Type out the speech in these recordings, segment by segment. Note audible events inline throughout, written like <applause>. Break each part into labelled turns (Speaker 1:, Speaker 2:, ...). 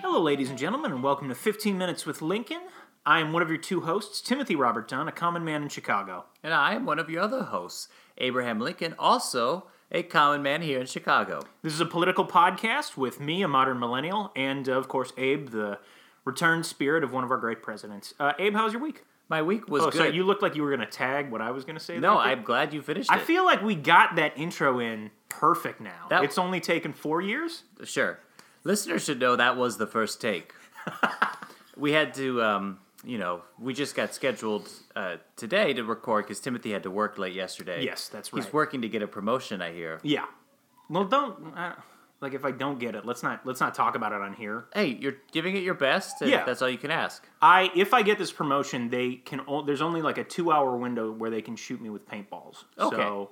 Speaker 1: Hello, ladies and gentlemen, and welcome to 15 Minutes with Lincoln. I am one of your two hosts, Timothy Robert Dunn, a common man in Chicago.
Speaker 2: And I am one of your other hosts, Abraham Lincoln, also a common man here in Chicago.
Speaker 1: This is a political podcast with me, a modern millennial, and of course, Abe, the returned spirit of one of our great presidents. Uh, Abe, how's your week?
Speaker 2: My week was
Speaker 1: Oh,
Speaker 2: good.
Speaker 1: sorry, you looked like you were going to tag what I was going to say.
Speaker 2: no,
Speaker 1: there.
Speaker 2: I'm glad you finished
Speaker 1: I
Speaker 2: it.
Speaker 1: feel like we got that intro in perfect now.
Speaker 2: That-
Speaker 1: it's only taken four years.
Speaker 2: sure. Listeners should know that was the
Speaker 1: <laughs>
Speaker 2: first take. we had to, um, you know, we just got scheduled uh, today to record because Timothy had to work late yesterday.
Speaker 1: Yes, that's
Speaker 2: He's
Speaker 1: right.
Speaker 2: working to get a promotion, I hear.
Speaker 1: Yeah. Well, don't uh, like if I don't get it, let's not let's not talk about it on here.
Speaker 2: Hey, you're giving it your best, and
Speaker 1: Yeah.
Speaker 2: that's all you can ask.
Speaker 1: I if I get this promotion, they can. o- There's only like a two hour window where they can shoot me with paintballs.
Speaker 2: Okay.
Speaker 1: So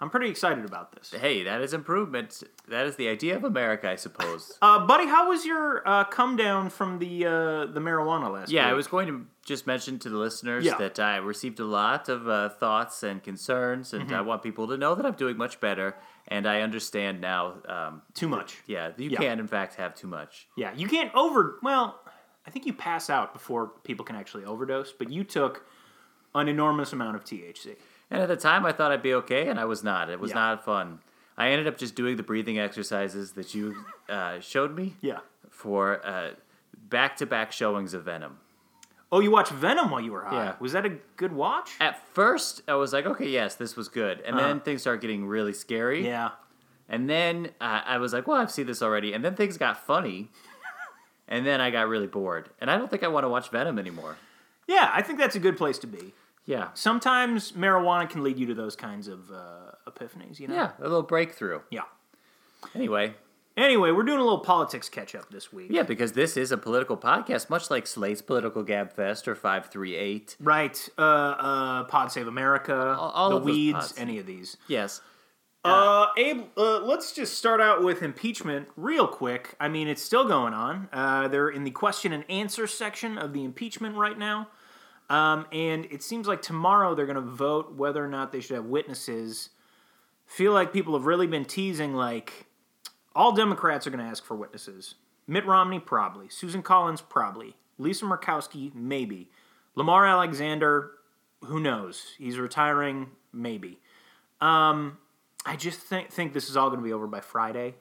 Speaker 1: I'm pretty excited about this.
Speaker 2: Hey, that is improvement. That is the idea of America, I suppose.
Speaker 1: Uh, buddy, how was your uh, come down from the uh, the marijuana last?
Speaker 2: Yeah, I
Speaker 1: week?
Speaker 2: was going to just mention to the listeners
Speaker 1: Yeah.
Speaker 2: that I received a lot of uh, thoughts and concerns, and I
Speaker 1: Mm-hmm.
Speaker 2: want people to know that I'm doing much better, and I understand now. Um,
Speaker 1: too much. Yeah.
Speaker 2: yeah, you
Speaker 1: Yeah.
Speaker 2: can, in fact, have too much.
Speaker 1: you can't over. Well, I think you pass out before people can actually overdose. But you took an enormous amount of THC.
Speaker 2: And at the time, I thought I'd be okay, and I was not. It was
Speaker 1: Yeah.
Speaker 2: not fun. I ended up just doing the breathing exercises that you uh, showed me
Speaker 1: Yeah.
Speaker 2: for uh, back-to-back showings of Venom.
Speaker 1: Oh, you watched Venom while you were high.
Speaker 2: Yeah.
Speaker 1: Was that a good watch?
Speaker 2: At first, I was like, okay, yes, this was good. And then things start getting really scary.
Speaker 1: Uh-huh. yeah.
Speaker 2: And then uh, I was like, well, I've seen this already. And then things got funny. and then I got really bored. And I don't think I want to watch Venom anymore.
Speaker 1: Yeah, I think that's a good place to be.
Speaker 2: Yeah.
Speaker 1: Sometimes marijuana can lead you to those kinds of uh, epiphanies. You know.
Speaker 2: Yeah, a little breakthrough.
Speaker 1: Yeah.
Speaker 2: Anyway,
Speaker 1: Anyway, we're doing a little politics catch up this week.
Speaker 2: yeah, because this is a political podcast, much like Slate's Political Gab Fest or 538.
Speaker 1: Right. Uh, uh, Pod Save America,
Speaker 2: all
Speaker 1: The
Speaker 2: of those
Speaker 1: Weeds,
Speaker 2: pods.
Speaker 1: any of these.
Speaker 2: Yes.
Speaker 1: Uh, Abe, uh, let's just start out with impeachment real quick. I mean, it's still going on. Uh, they're in the question and answer section of the impeachment right now. Um, and it seems like tomorrow they're going to vote whether or not they should have witnesses. Feel like people have really been teasing, like, all Democrats are going to ask for witnesses. Mitt Romney, probably. Susan Collins, probably. Lisa Murkowski, maybe. Lamar Alexander, who knows? He's retiring, maybe. Um, I just think think this is all going to be over by Friday,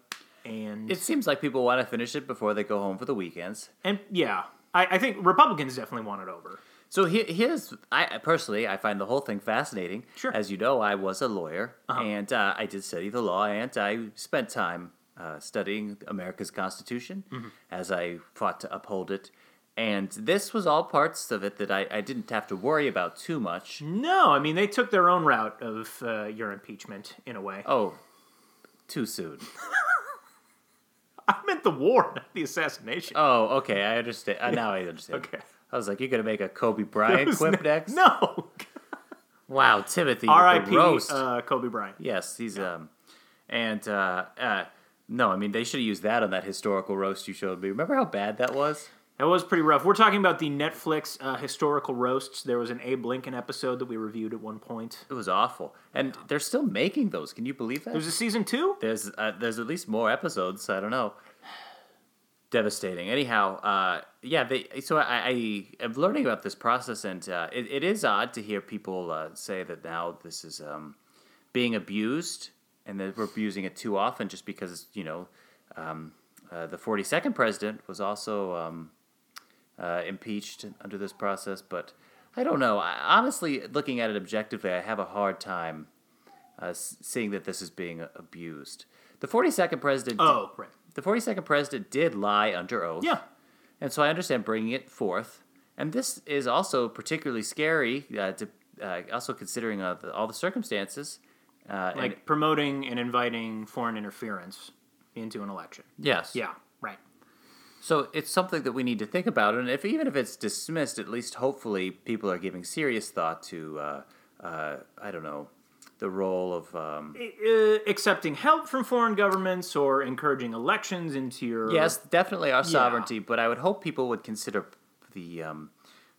Speaker 1: and
Speaker 2: It seems like people want to finish it before they go home for the weekends.
Speaker 1: and yeah, I, I think Republicans definitely want it over.
Speaker 2: So he- here's, I I personally, I find the whole thing fascinating.
Speaker 1: Sure. Uh-huh.
Speaker 2: As you know, I was a lawyer, and uh, I did study the law, and I spent time uh, studying America's Constitution
Speaker 1: Mm-hmm.
Speaker 2: as I fought to uphold it. And this was all parts of it that I, I didn't have to worry about too much.
Speaker 1: No, I mean they took their own route of uh, your impeachment in a way. <laughs>
Speaker 2: Oh, too soon.
Speaker 1: I meant the war, not the assassination.
Speaker 2: Oh, okay, I understand. Uh, now I understand.
Speaker 1: <laughs> Okay.
Speaker 2: I was like, you're going to make
Speaker 1: <laughs>
Speaker 2: a Kobe Bryant
Speaker 1: Who's
Speaker 2: clip
Speaker 1: ne-
Speaker 2: next?
Speaker 1: No,
Speaker 2: Wow, Timothy. with the
Speaker 1: R.I.P.
Speaker 2: roast.
Speaker 1: Uh, Kobe Bryant.
Speaker 2: Yes, he's um, and uh, uh, no, I mean they should have used that on that historical roast you showed me. Remember how bad that was?
Speaker 1: That was pretty rough. We're talking about the Netflix uh, historical roasts. There was an Abe Lincoln episode that we reviewed at one point.
Speaker 2: It was awful, and they're still making those. Can you believe that?
Speaker 1: There's a season two.
Speaker 2: There's uh, there's at least more episodes. I don't know. Devastating. Anyhow, uh, yeah. They, so I, I am learning about this process, and uh, it, it is odd to hear people uh, say that now this is um, being abused, and that we're abusing it too often, just because you know um, uh, the 42nd president was also um, uh, impeached under this process. But I don't know. I, honestly, looking at it objectively, I have a hard time uh, s- seeing that this is being abused. The 42nd president.
Speaker 1: Oh, right.
Speaker 2: The 42nd president did lie under oath.
Speaker 1: Yeah.
Speaker 2: And so I understand bringing it forth. And this is also particularly scary, uh, to, uh, also considering uh, the, all the circumstances. Uh,
Speaker 1: Like
Speaker 2: and,
Speaker 1: promoting and inviting foreign interference into an election.
Speaker 2: yes.
Speaker 1: Yeah, right.
Speaker 2: So it's something that we need to think about, and if even if it's dismissed, at least hopefully people are giving serious thought to, uh, uh, I don't know, the role of um,
Speaker 1: uh, accepting help from foreign governments or encouraging elections into your
Speaker 2: Yes, definitely our sovereignty, but I would hope people would consider the um,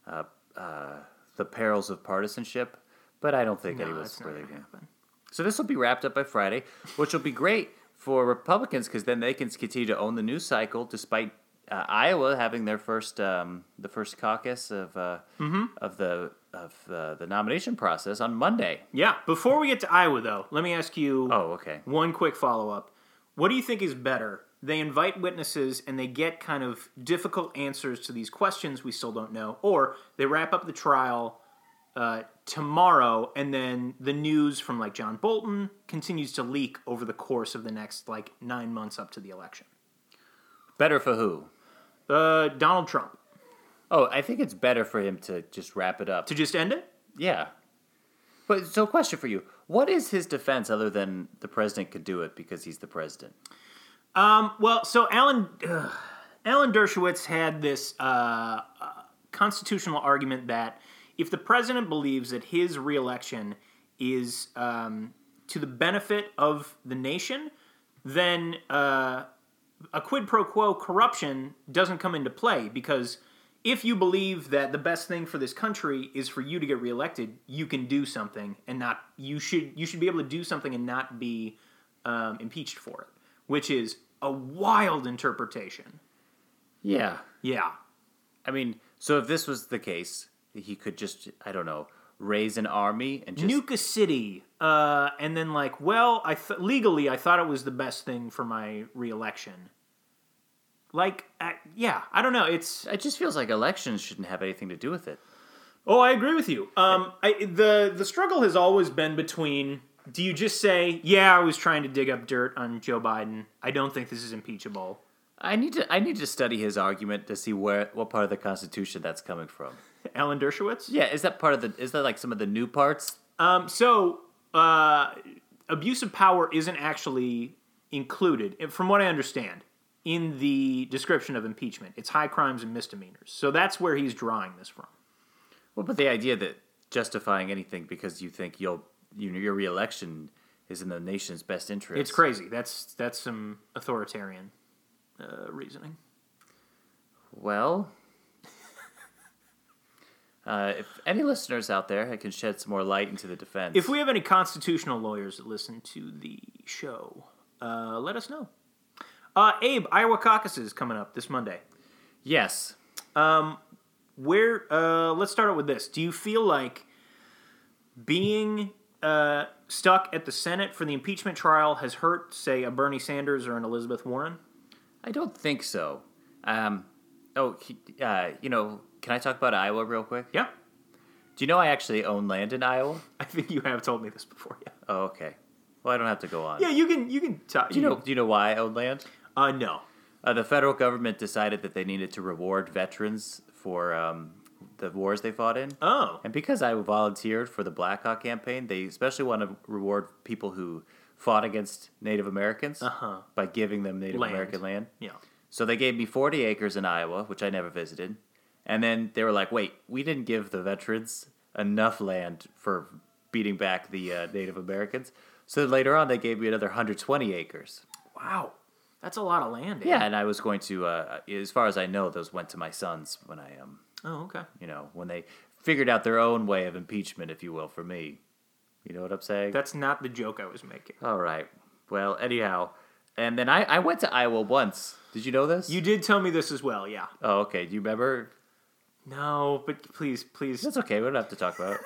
Speaker 2: uh, uh, the perils of partisanship. But I don't think
Speaker 1: No,
Speaker 2: anyone's
Speaker 1: it's not
Speaker 2: really
Speaker 1: gonna
Speaker 2: going
Speaker 1: happen.
Speaker 2: So this will be wrapped up by Friday, which will be great for Republicans because then they can continue to own the news cycle despite uh, uh, Iowa having their first um, the first caucus of uh,
Speaker 1: Mm-hmm.
Speaker 2: of the of uh, the nomination process on Monday.
Speaker 1: Yeah. Before we get to Iowa, though, let me ask you
Speaker 2: Oh, okay.
Speaker 1: one quick follow up. What do you think is better? They invite witnesses and they get kind of difficult answers to these questions we still don't know, or they wrap up the trial uh, tomorrow and then the news from like John Bolton continues to leak over the course of the next like nine months up to the election.
Speaker 2: Better for who?
Speaker 1: Uh, Donald Trump.
Speaker 2: Oh, I think it's better for him to just wrap it up.
Speaker 1: To just end it?
Speaker 2: Yeah. But so, question for you: What is his defense other than the president could do it because he's the president?
Speaker 1: Well, so Alan ugh, Alan Dershowitz had this uh, uh, constitutional argument that if the president believes that his reelection is um, to the benefit of the nation, then uh, a quid pro quo corruption doesn't come into play because if you believe that the best thing for this country is for you to get reelected, you can do something and not you should you should be able to do something and not be um, impeached for it, which is a wild interpretation.
Speaker 2: Yeah.
Speaker 1: Yeah,
Speaker 2: I mean, so if this was the case, he could just I don't know raise an army and just
Speaker 1: Nuka City, uh, and then like, well, I th- legally I thought it was the best thing for my reelection. Like, I, yeah, I don't know. It's
Speaker 2: It just feels like elections shouldn't have anything to do with it.
Speaker 1: Oh, I agree with you. Um, I, the the struggle has always been between: do you just say, "Yeah, I was trying to dig up dirt on Joe Biden. I don't think this is impeachable,"
Speaker 2: I need to I need to study his argument to see where what part of the Constitution that's coming from.
Speaker 1: Alan Dershowitz?
Speaker 2: Yeah, is that part of the is that like some of the new parts?
Speaker 1: Um, so, uh, abuse of power isn't actually included, and from what I understand, in the description of impeachment. It's high crimes and misdemeanors. So that's where he's drawing this from.
Speaker 2: Well, but the idea that justifying anything because you think you'll you know, your reelection is in the nation's best interest.
Speaker 1: It's crazy. That's that's some authoritarian uh, reasoning.
Speaker 2: Well, uh, if any listeners out there that can shed some more light into the defense,
Speaker 1: If we have any constitutional lawyers that listen to the show, uh, let us know. Uh, Abe, Iowa caucuses coming up this Monday.
Speaker 2: yes,
Speaker 1: Where uh, let's start out with this. Do you feel like being uh, stuck at the Senate for the impeachment trial has hurt, say, a Bernie Sanders or an Elizabeth Warren?
Speaker 2: I don't think so. Um, oh, he- uh, you know, can I talk about Iowa real quick?
Speaker 1: Yeah,
Speaker 2: Do you know I actually own land in Iowa?
Speaker 1: <laughs> I think you have told me this before. Yeah,
Speaker 2: Oh, okay. Well, I don't have to go on.
Speaker 1: yeah, you can you can talk.
Speaker 2: Do you know? Do you know why I own land?
Speaker 1: Uh, no.
Speaker 2: Uh, the federal government decided that they needed to reward veterans for um, the wars they fought in.
Speaker 1: Oh,
Speaker 2: And because I volunteered for the Black Hawk campaign, they especially want to reward people who fought against Native Americans
Speaker 1: Uh-huh.
Speaker 2: by giving them Native
Speaker 1: Land.
Speaker 2: American land.
Speaker 1: yeah.
Speaker 2: So they gave me 40 acres in Iowa, which I never visited. And then they were like, wait, we didn't give the veterans enough land for beating back the uh, Native Americans. So later on, they gave me another 120 acres.
Speaker 1: Wow, that's a lot of land. Abe.
Speaker 2: Yeah, and I was going to, uh, as far as I know, those went to my sons when I, um,
Speaker 1: Oh, okay.
Speaker 2: you know, when they figured out their own way of impeachment, if you will, for me. You know what I'm saying?
Speaker 1: That's not the joke I was making.
Speaker 2: All right. Well, anyhow. And then I, I went to Iowa once. Did you know this?
Speaker 1: You did tell me this as well. Yeah.
Speaker 2: Oh, okay. Do you remember?
Speaker 1: No, but please, please.
Speaker 2: That's okay. We don't have to talk about it.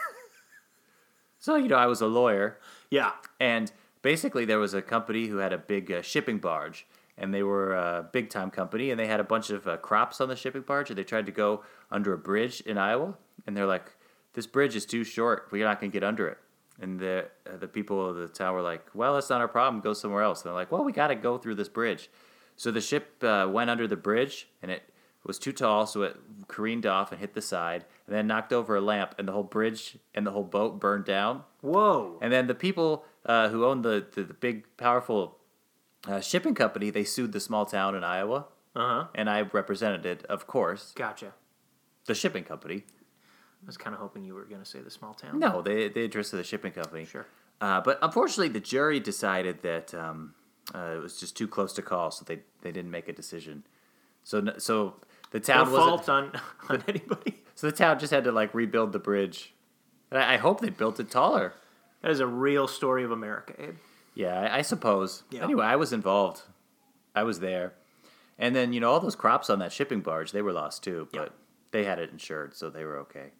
Speaker 2: so, you know, I was a lawyer,
Speaker 1: Yeah.
Speaker 2: and basically there was a company who had a big uh, shipping barge, and they were a big time company, and they had a bunch of uh, crops on the shipping barge, and they tried to go under a bridge in Iowa, and they're like, this bridge is too short. We're not going to get under it. And the, uh, the people of the town were like, well, that's not our problem. Go somewhere else. And they're like, well, we got to go through this bridge. So the ship uh, went under the bridge, and it was too tall, so it careened off and hit the side, and then knocked over a lamp, and the whole bridge and the whole boat burned down.
Speaker 1: Whoa.
Speaker 2: And then the people uh, who owned the, the, the big, powerful uh, shipping company, they sued the small town in Iowa.
Speaker 1: Uh huh.
Speaker 2: And I represented it, of course,
Speaker 1: Gotcha.
Speaker 2: the shipping company.
Speaker 1: I was kind of hoping you were going to say the small town.
Speaker 2: No, they, the interest of the shipping company.
Speaker 1: Sure.
Speaker 2: Uh, but unfortunately, the jury decided that um, uh, it was just too close to call, so they, they didn't make a decision. So n- so the
Speaker 1: No
Speaker 2: town was
Speaker 1: fault on, <laughs> on anybody.
Speaker 2: so the town just had to like rebuild the bridge. And I, I hope they built it taller.
Speaker 1: That is a real story of America, Abe.
Speaker 2: Yeah, I, I suppose.
Speaker 1: Yeah.
Speaker 2: Anyway, I was involved. I was there, And then you know all those crops on that shipping barge, they were lost too, but they had it insured, so they were okay.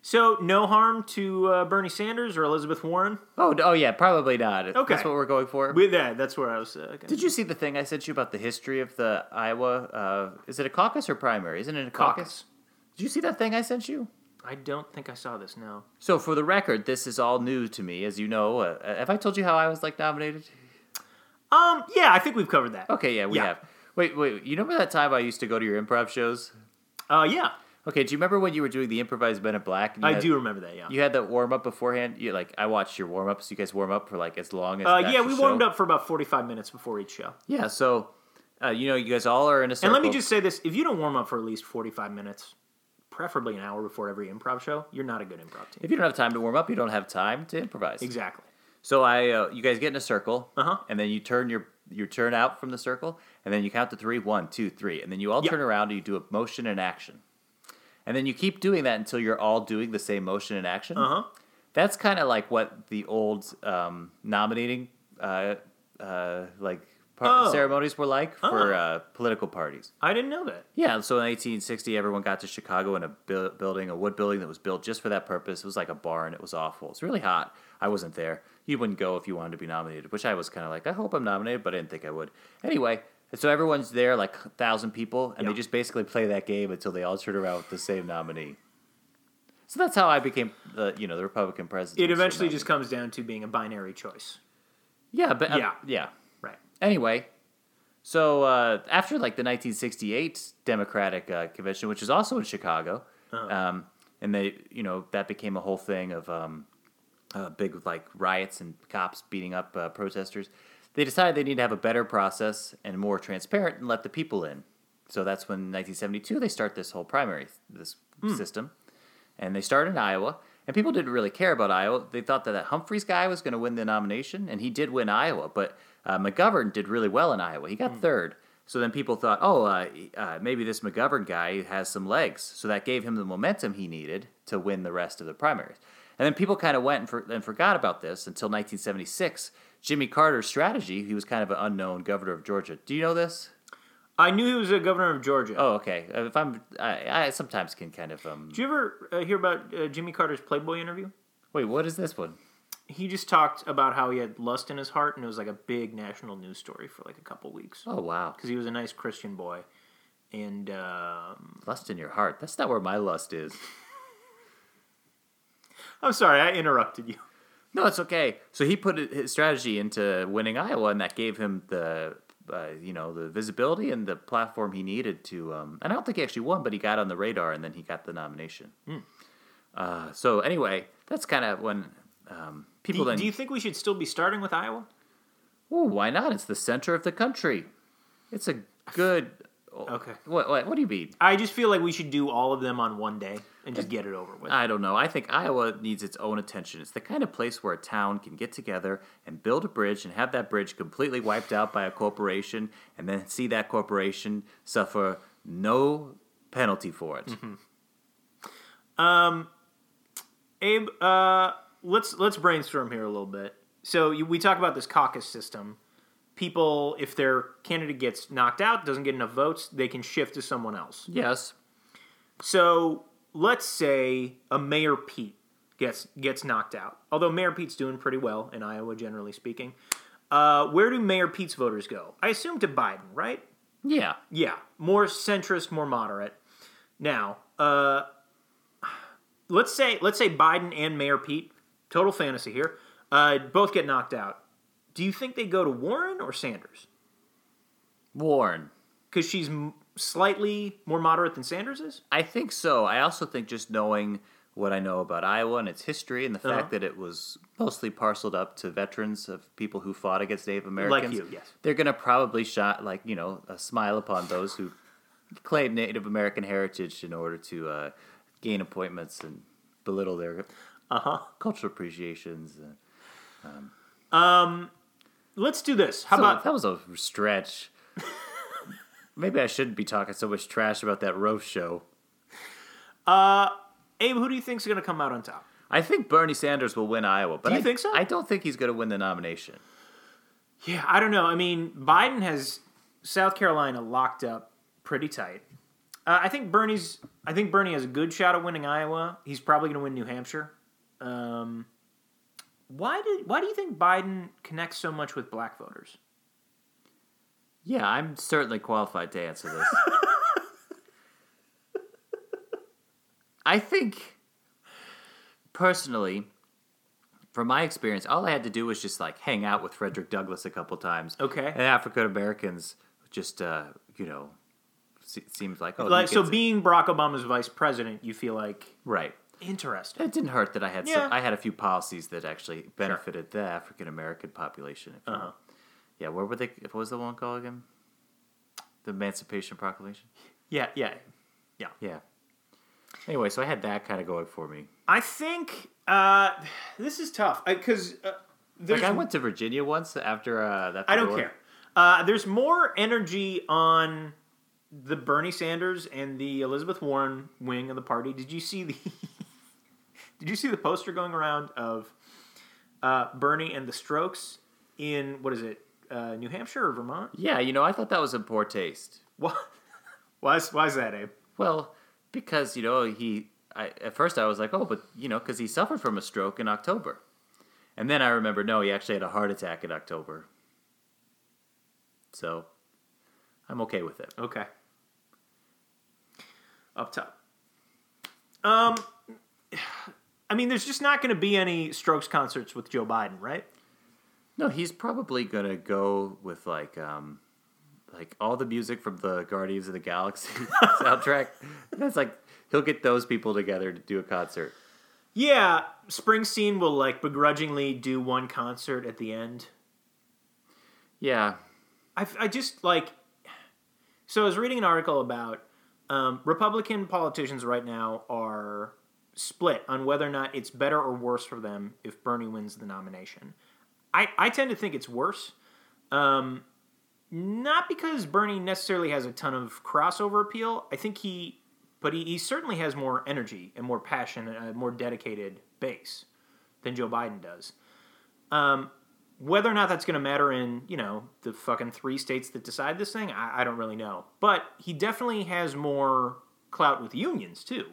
Speaker 1: So, no harm to uh, Bernie Sanders or Elizabeth Warren.
Speaker 2: Oh, d- oh yeah, probably not.
Speaker 1: Okay.
Speaker 2: that's what we're going for.
Speaker 1: With that, that's where I was. Uh, gonna-
Speaker 2: Did you see the thing I sent you about the history of the Iowa? Uh, is it a caucus or primary? Isn't it a caucus?
Speaker 1: Caucus.
Speaker 2: Did you see that thing I sent you?
Speaker 1: I don't think I saw this. No.
Speaker 2: So, for the record, this is all new to me, as you know. Uh, have I told you how I was like nominated?
Speaker 1: Um. Yeah, I think we've covered that.
Speaker 2: Okay, yeah, we
Speaker 1: Yeah.
Speaker 2: have. Wait, wait. You remember that time I used to go to your improv shows?
Speaker 1: Uh. Yeah.
Speaker 2: Okay, do you remember when you were doing the improvised Men in Black? and you
Speaker 1: I
Speaker 2: had-
Speaker 1: do remember that. Yeah.
Speaker 2: You had that warm up beforehand. You like I watched your warm ups. You guys warm up for like as long as.
Speaker 1: Uh,
Speaker 2: the
Speaker 1: yeah,
Speaker 2: actual
Speaker 1: we warmed
Speaker 2: show.
Speaker 1: up for about 45 minutes before each show.
Speaker 2: Yeah, so uh, you know you guys all are in a
Speaker 1: And
Speaker 2: circle.
Speaker 1: let me just say this if you don't warm up for at least 45 minutes, preferably an hour before every improv show, you're not a good improv team.
Speaker 2: If you don't have time to warm up, you don't have time to improvise.
Speaker 1: Exactly.
Speaker 2: So I, uh, you guys get in a circle,
Speaker 1: Uh-huh.
Speaker 2: and then you turn your you turn out from the circle, and then you count to three, one, two, three, and then you all
Speaker 1: Yep.
Speaker 2: turn around and you do a motion and action, and then you keep doing that until you're all doing the same motion and action.
Speaker 1: Uh huh.
Speaker 2: That's kind of like what the old um, nominating uh, uh, like par-
Speaker 1: Oh.
Speaker 2: ceremonies were like for
Speaker 1: Oh.
Speaker 2: uh, political parties.
Speaker 1: I didn't know that.
Speaker 2: Yeah, so in 1860, everyone got to Chicago in a bu- building, a wood building that was built just for that purpose. It was like a barn. It was awful. It's really hot. I wasn't there. You wouldn't go if you wanted to be nominated, which I was kind of like, I hope I'm nominated, but I didn't think I would. Anyway, so everyone's there, like a thousand people, and
Speaker 1: Yeah.
Speaker 2: they just basically play that game until they all turn around with the same nominee. So that's how I became, the you know, the Republican president.
Speaker 1: It eventually just comes down to being a binary choice.
Speaker 2: yeah, but yeah,
Speaker 1: Yeah.
Speaker 2: yeah.
Speaker 1: Right.
Speaker 2: Anyway, so uh, after like the 1968 Democratic uh, convention, which is also in Chicago, um, and they, you know, that became a whole thing of um, uh, big like riots and cops beating up uh, protesters. They decided they need to have a better process and more transparent and let the people in. So that's when 1972 they start this whole primary this system, and they started in Iowa. And people didn't really care about Iowa. They thought that that Humphreys guy was going to win the nomination, and he did win Iowa. But uh, McGovern did really well in Iowa. He got third. So then people thought, oh, uh, uh, maybe this McGovern guy has some legs. So that gave him the momentum he needed to win the rest of the primaries. And then people kind of went and, for, and forgot about this until 1976. Jimmy Carter's strategy, he was kind of an unknown governor of Georgia. Do you know this?
Speaker 1: I knew he was a governor of Georgia.
Speaker 2: Oh, okay. Uh, If I'm, I, I sometimes can kind of um.
Speaker 1: Did you ever uh, hear about uh, Jimmy Carter's Playboy interview?
Speaker 2: Wait, what is this one?
Speaker 1: He just talked about how he had lust in his heart, and it was like a big national news story for like a couple weeks
Speaker 2: Oh wow,
Speaker 1: because he was a nice Christian boy, and um,
Speaker 2: lust in your heart. That's not where my lust is.
Speaker 1: I'm sorry I interrupted you.
Speaker 2: No, it's okay. So he put it- his strategy into winning Iowa, and that gave him the uh, you know the visibility and the platform he needed to. Um, and I don't think he actually won, but he got on the radar, and then he got the nomination.
Speaker 1: Hmm.
Speaker 2: Uh, so anyway, that's kind of when um, people
Speaker 1: Do,
Speaker 2: then.
Speaker 1: do you think we should still be starting with Iowa?
Speaker 2: Ooh, why not? It's the center of the country. It's a good.
Speaker 1: Okay.
Speaker 2: What, what, what do you mean?
Speaker 1: I just feel like we should do all of them on one day and just get it over with.
Speaker 2: I don't know. I think Iowa needs its own attention. It's the kind of place where a town can get together and build a bridge and have that bridge completely wiped out by a corporation and then see that corporation suffer no penalty for it.
Speaker 1: Abe, uh, let's let's brainstorm here a little bit. So you, we talk about this caucus system. People, if their candidate gets knocked out, doesn't get enough votes, they can shift to someone else.
Speaker 2: Yes.
Speaker 1: So let's say a Mayor Pete gets gets knocked out. Although Mayor Pete's doing pretty well in Iowa, generally speaking. Uh, where do Mayor Pete's voters go? I assume to Biden, right?
Speaker 2: Yeah.
Speaker 1: Yeah, more centrist, more moderate. Now, uh, let's say let's say Biden and Mayor Pete, total fantasy here, uh, both get knocked out. Do you think they go to Warren or Sanders?
Speaker 2: Warren.
Speaker 1: Because she's m- slightly more moderate than Sanders is.
Speaker 2: I think so. I also think just knowing what I know about Iowa and its history and the
Speaker 1: Uh-huh.
Speaker 2: fact that it was mostly parceled up to veterans of people who fought against Native Americans.
Speaker 1: you, yes.
Speaker 2: They're going to probably shot like, you know, a smile upon those who claim Native American heritage in order to uh, gain appointments and belittle their
Speaker 1: Uh-huh.
Speaker 2: cultural appreciations. Uh, And
Speaker 1: Let's do this. How
Speaker 2: so
Speaker 1: about
Speaker 2: that was a
Speaker 1: <laughs>
Speaker 2: stretch. Maybe I shouldn't be talking so much trash about that roast show.
Speaker 1: Abe? Who do you think's going to come out on top?
Speaker 2: I think Bernie Sanders will win Iowa, but
Speaker 1: Do you
Speaker 2: I
Speaker 1: think so?
Speaker 2: I don't think he's going to win the nomination.
Speaker 1: Yeah, I don't know. I mean, Biden has South Carolina locked up pretty tight. Uh, I think Bernie's. I think Bernie has a good shot at winning Iowa. He's probably going to win New Hampshire. Um, why did? Why do you think Biden connects so much with black voters?
Speaker 2: Yeah, I'm certainly qualified to answer <laughs> this. I think, personally, from my experience, all I had to do was just like hang out with Frederick Douglass a couple times.
Speaker 1: Okay.
Speaker 2: And African Americans just, uh, you know, se- seems like, oh, he
Speaker 1: like so,
Speaker 2: gets it.
Speaker 1: being Barack Obama's vice president, you feel like
Speaker 2: right.
Speaker 1: interesting.
Speaker 2: It didn't hurt that I had
Speaker 1: Yeah.
Speaker 2: some, I had a few policies that actually benefited the African American population. If you
Speaker 1: Uh-huh.
Speaker 2: will. Yeah, where were they? What was the one called again? The Emancipation Proclamation.
Speaker 1: <laughs> Yeah, yeah.
Speaker 2: Yeah. Anyway, so I had that kind of going for me.
Speaker 1: I think uh, this is tough because uh, there's
Speaker 2: Like I went to Virginia once after uh, that.
Speaker 1: I don't
Speaker 2: war.
Speaker 1: care. Uh, there's more energy on the Bernie Sanders and the Elizabeth Warren wing of the party. Did you see the? <laughs> did you see the poster going around of uh, Bernie and the Strokes in what is it, uh, New Hampshire or Vermont? <laughs>
Speaker 2: Yeah, you know, I thought that was in poor taste.
Speaker 1: Why? Why is, why is that, Abe?
Speaker 2: Well, because you know he. I, at first, I was like, oh, but you know, because he suffered from a stroke in October, and then I remember, no, he actually had a heart attack in October. So, I'm okay with it.
Speaker 1: Okay. Up top. Um, <sighs> I mean, there's just not going to be any Strokes concerts with Joe Biden, right?
Speaker 2: No, he's probably gonna go with like um like all the music from the Guardians of the Galaxy <laughs> soundtrack. That's like he'll get those people together to do a concert.
Speaker 1: Yeah, Springsteen will like begrudgingly do one concert at the end.
Speaker 2: Yeah.
Speaker 1: I, I just like. So I was reading an article about um, Republican politicians right now are split on whether or not it's better or worse for them if Bernie wins the nomination. I, I tend to think it's worse. Um, not because Bernie necessarily has a ton of crossover appeal. I think he, but he, he certainly has more energy and more passion and a more dedicated base than Joe Biden does. Um, whether or not that's going to matter in you know the fucking three states that decide this thing, I, I don't really know. But he definitely has more clout with unions too,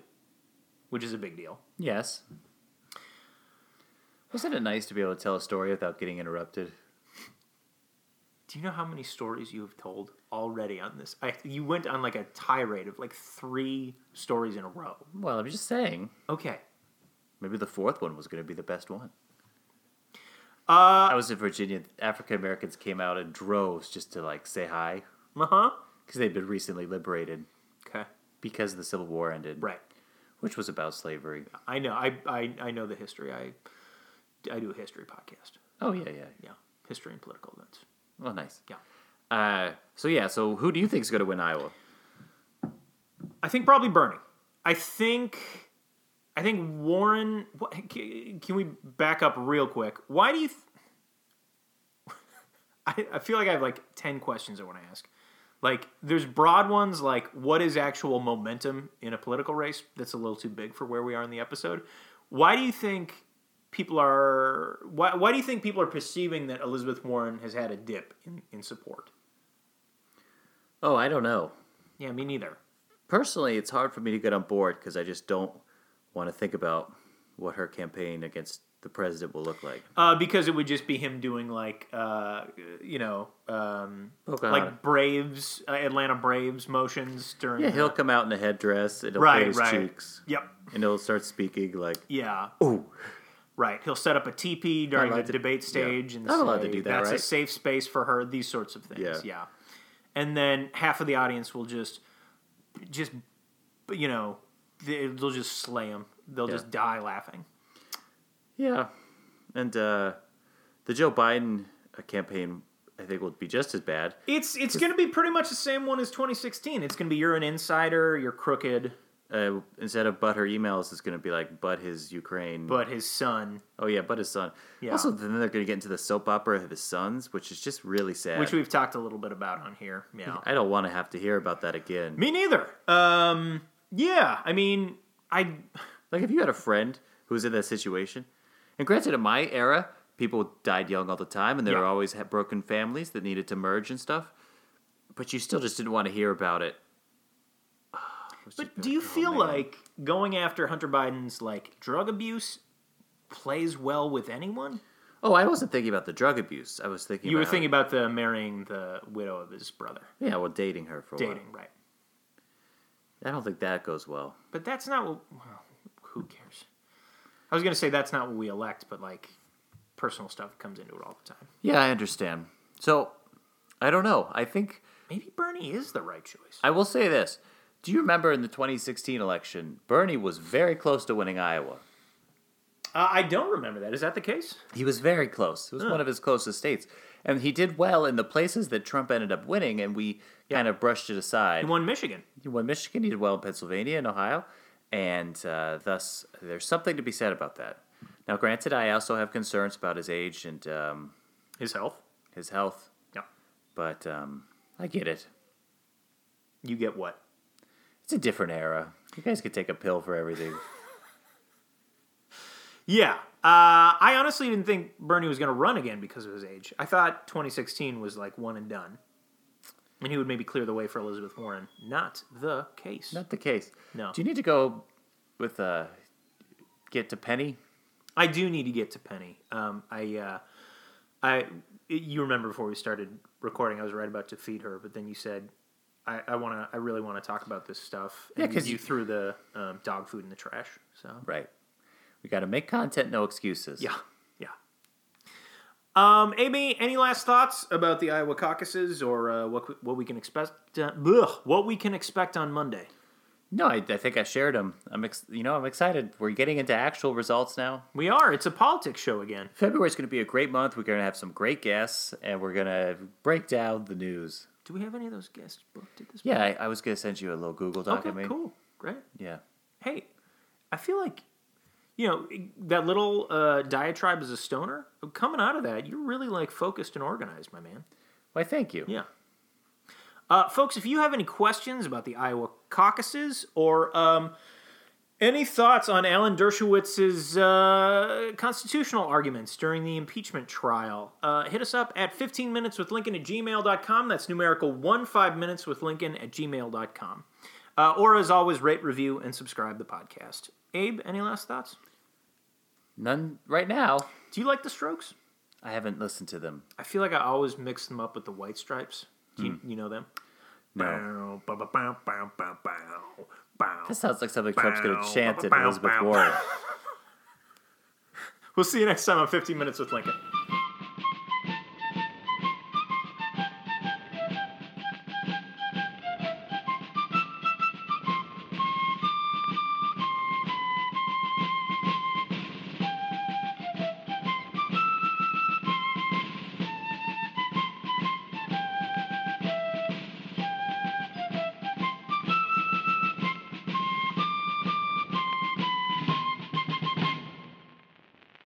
Speaker 1: which is a big deal.
Speaker 2: Yes. Wasn't it nice to be able to tell a story without getting interrupted?
Speaker 1: Do you know how many stories you have told already on this? I, you went on like a tirade of like three stories in a row.
Speaker 2: Well, I'm just saying.
Speaker 1: Okay.
Speaker 2: Maybe the fourth one was gonna be the best one.
Speaker 1: Uh
Speaker 2: I was in Virginia. African Americans came out in droves just to like say hi
Speaker 1: huh.
Speaker 2: because they'd been recently liberated
Speaker 1: Uh-huh. Okay.
Speaker 2: because the Civil War ended,
Speaker 1: Right.
Speaker 2: which was about slavery.
Speaker 1: I know. I, I I know the history. I I do a history podcast.
Speaker 2: Oh yeah, yeah.
Speaker 1: Yeah, history and political events.
Speaker 2: Well, nice.
Speaker 1: Yeah.
Speaker 2: Uh, so yeah, so who do you think is going to win Iowa?
Speaker 1: I think probably Bernie. I think I think Warren. wha- Can can we back up real quick? Why do you? Th- <laughs> I, I feel like I have like ten questions I want to ask. Like, there's broad ones like what is actual momentum in a political race? That's a little too big for where we are in the episode. Why do you think people are? Why, why do you think people are perceiving that Elizabeth Warren has had a dip in, in support?
Speaker 2: Oh, I don't know.
Speaker 1: Yeah, me neither.
Speaker 2: Personally, it's hard for me to get on board because I just don't want to think about what her campaign against the president will look like.
Speaker 1: Uh, because it would just be him doing like, uh, you know, um,
Speaker 2: Pocahontas.
Speaker 1: like Braves, uh, Atlanta Braves motions during.
Speaker 2: Yeah,
Speaker 1: the-
Speaker 2: he'll come out in a headdress. It'll
Speaker 1: Right,
Speaker 2: play his
Speaker 1: right.
Speaker 2: cheeks,
Speaker 1: Yep.
Speaker 2: and he'll start speaking like,
Speaker 1: Yeah.
Speaker 2: "Ooh,
Speaker 1: Right. He'll set up a teepee during the
Speaker 2: allowed to-
Speaker 1: debate
Speaker 2: yeah.
Speaker 1: stage and
Speaker 2: Not allowed
Speaker 1: say,
Speaker 2: to do that,
Speaker 1: That's a
Speaker 2: right?"
Speaker 1: safe space for her. These sorts of things. Yeah.
Speaker 2: Yeah.
Speaker 1: And then half of the audience will just, just, you know, they- they'll just slay him. They'll
Speaker 2: Yeah.
Speaker 1: just die laughing.
Speaker 2: yeah," and uh, the Joe Biden uh, campaign, I think, will be just as bad.
Speaker 1: It's it's going to be pretty much the same one as 2016. It's going to be you're an insider, you're crooked,
Speaker 2: Uh, instead of "but her emails," it's going to be like "but his Ukraine."
Speaker 1: but his son
Speaker 2: Oh yeah, but his son.
Speaker 1: Yeah.
Speaker 2: Also, then they're going to get into the soap opera of his sons, which is just really sad.
Speaker 1: which we've talked a little bit about on here. Yeah.
Speaker 2: I don't want to have to hear about that again.
Speaker 1: Me neither. Um, yeah, I mean, I
Speaker 2: Like, if you had a friend who was in that situation, and granted, in my era, people died young all the time, and there
Speaker 1: Yeah.
Speaker 2: were always ha- broken families that needed to merge and stuff. But you still just didn't want to hear about it. It's just
Speaker 1: But
Speaker 2: been
Speaker 1: do you
Speaker 2: oh,
Speaker 1: feel
Speaker 2: man.
Speaker 1: like going after Hunter Biden's like drug abuse plays well with anyone?
Speaker 2: Oh, I wasn't thinking about the drug abuse. I was thinking.
Speaker 1: You were
Speaker 2: about-
Speaker 1: thinking about the marrying the widow of his brother,
Speaker 2: Yeah, well, dating her for a while.
Speaker 1: dating, right?
Speaker 2: I don't think that goes well.
Speaker 1: But that's not what. Well, who cares? I was gonna say that's not what we elect, but like personal stuff comes into it all the time.
Speaker 2: Yeah, I understand. So, I don't know. I think
Speaker 1: Maybe Bernie is the right choice.
Speaker 2: I will say this. Do you remember in the 2016 election, Bernie was very close to winning Iowa.
Speaker 1: Uh, I don't remember that. Is that the case?
Speaker 2: He was very close. It was one of his closest states. And he did well in the places that Trump ended up winning, and we kind of brushed it aside.
Speaker 1: He won Michigan.
Speaker 2: He won Michigan, he did well in Pennsylvania and Ohio, and uh, thus there's something to be said about that. Now, granted, I also have concerns about his age and um,
Speaker 1: His health.
Speaker 2: his health,
Speaker 1: Yeah.
Speaker 2: but um, I get it.
Speaker 1: You get what?
Speaker 2: It's a different era. You guys could take a pill for everything.
Speaker 1: <laughs> Yeah. Uh, I honestly didn't think Bernie was going to run again because of his age. I thought 2016 was like one and done. And he would maybe clear the way for Elizabeth Warren. Not the case.
Speaker 2: Not the case.
Speaker 1: No.
Speaker 2: Do you need to go with uh, get to Penny?
Speaker 1: I do need to get to Penny. Um, I, uh, I, you remember before we started recording, I was right about to feed her, but then you said, I, I want to, I really want to talk about this stuff.
Speaker 2: Yeah,
Speaker 1: And
Speaker 2: 'cause
Speaker 1: you,
Speaker 2: you-
Speaker 1: threw the um, dog food in the trash. So
Speaker 2: Right. We got to make content, no excuses.
Speaker 1: yeah, yeah. Um, Amy, any last thoughts about the Iowa caucuses or uh, what what we can expect? Uh, blech, what we can expect on Monday?
Speaker 2: No, I, I think I shared them. I'm, ex- you know, I'm excited. We're getting into actual results now.
Speaker 1: We are. It's a politics show again.
Speaker 2: February is going to be a great month. We're going to have some great guests, and we're going to break down the news.
Speaker 1: Do we have any of those guests booked at this?
Speaker 2: Yeah, I, I was going to send you a little Google doc.
Speaker 1: Point?
Speaker 2: I
Speaker 1: Okay.
Speaker 2: made.
Speaker 1: Cool. Great.
Speaker 2: Yeah.
Speaker 1: hey, I feel like, you know, that little uh, diatribe as a stoner, coming out of that, you're really like focused and organized, my man.
Speaker 2: Why? Thank you.
Speaker 1: Yeah. Uh, folks, if you have any questions about the Iowa caucuses or um, any thoughts on Alan Dershowitz's uh, constitutional arguments during the impeachment trial, uh, hit us up at 15 minutes with Lincoln at gmail.com. That's numerical 1 5 minutes with Lincoln at gmail.com. Uh, or, as always, rate, review, and subscribe the podcast. Abe, any last thoughts?
Speaker 2: None right now.
Speaker 1: Do you like the strokes?
Speaker 2: I haven't listened to them.
Speaker 1: I feel like I always mix them up with the white stripes. Do you, you know them?
Speaker 2: No.
Speaker 1: Bow, bow, bow, bow, bow, bow, bow, bow.
Speaker 2: That sounds like something Trump's going
Speaker 1: Bow,
Speaker 2: to chant at
Speaker 1: bow,
Speaker 2: Elizabeth
Speaker 1: bow,
Speaker 2: Warren.
Speaker 1: We'll see you next time on 15 Minutes with Lincoln.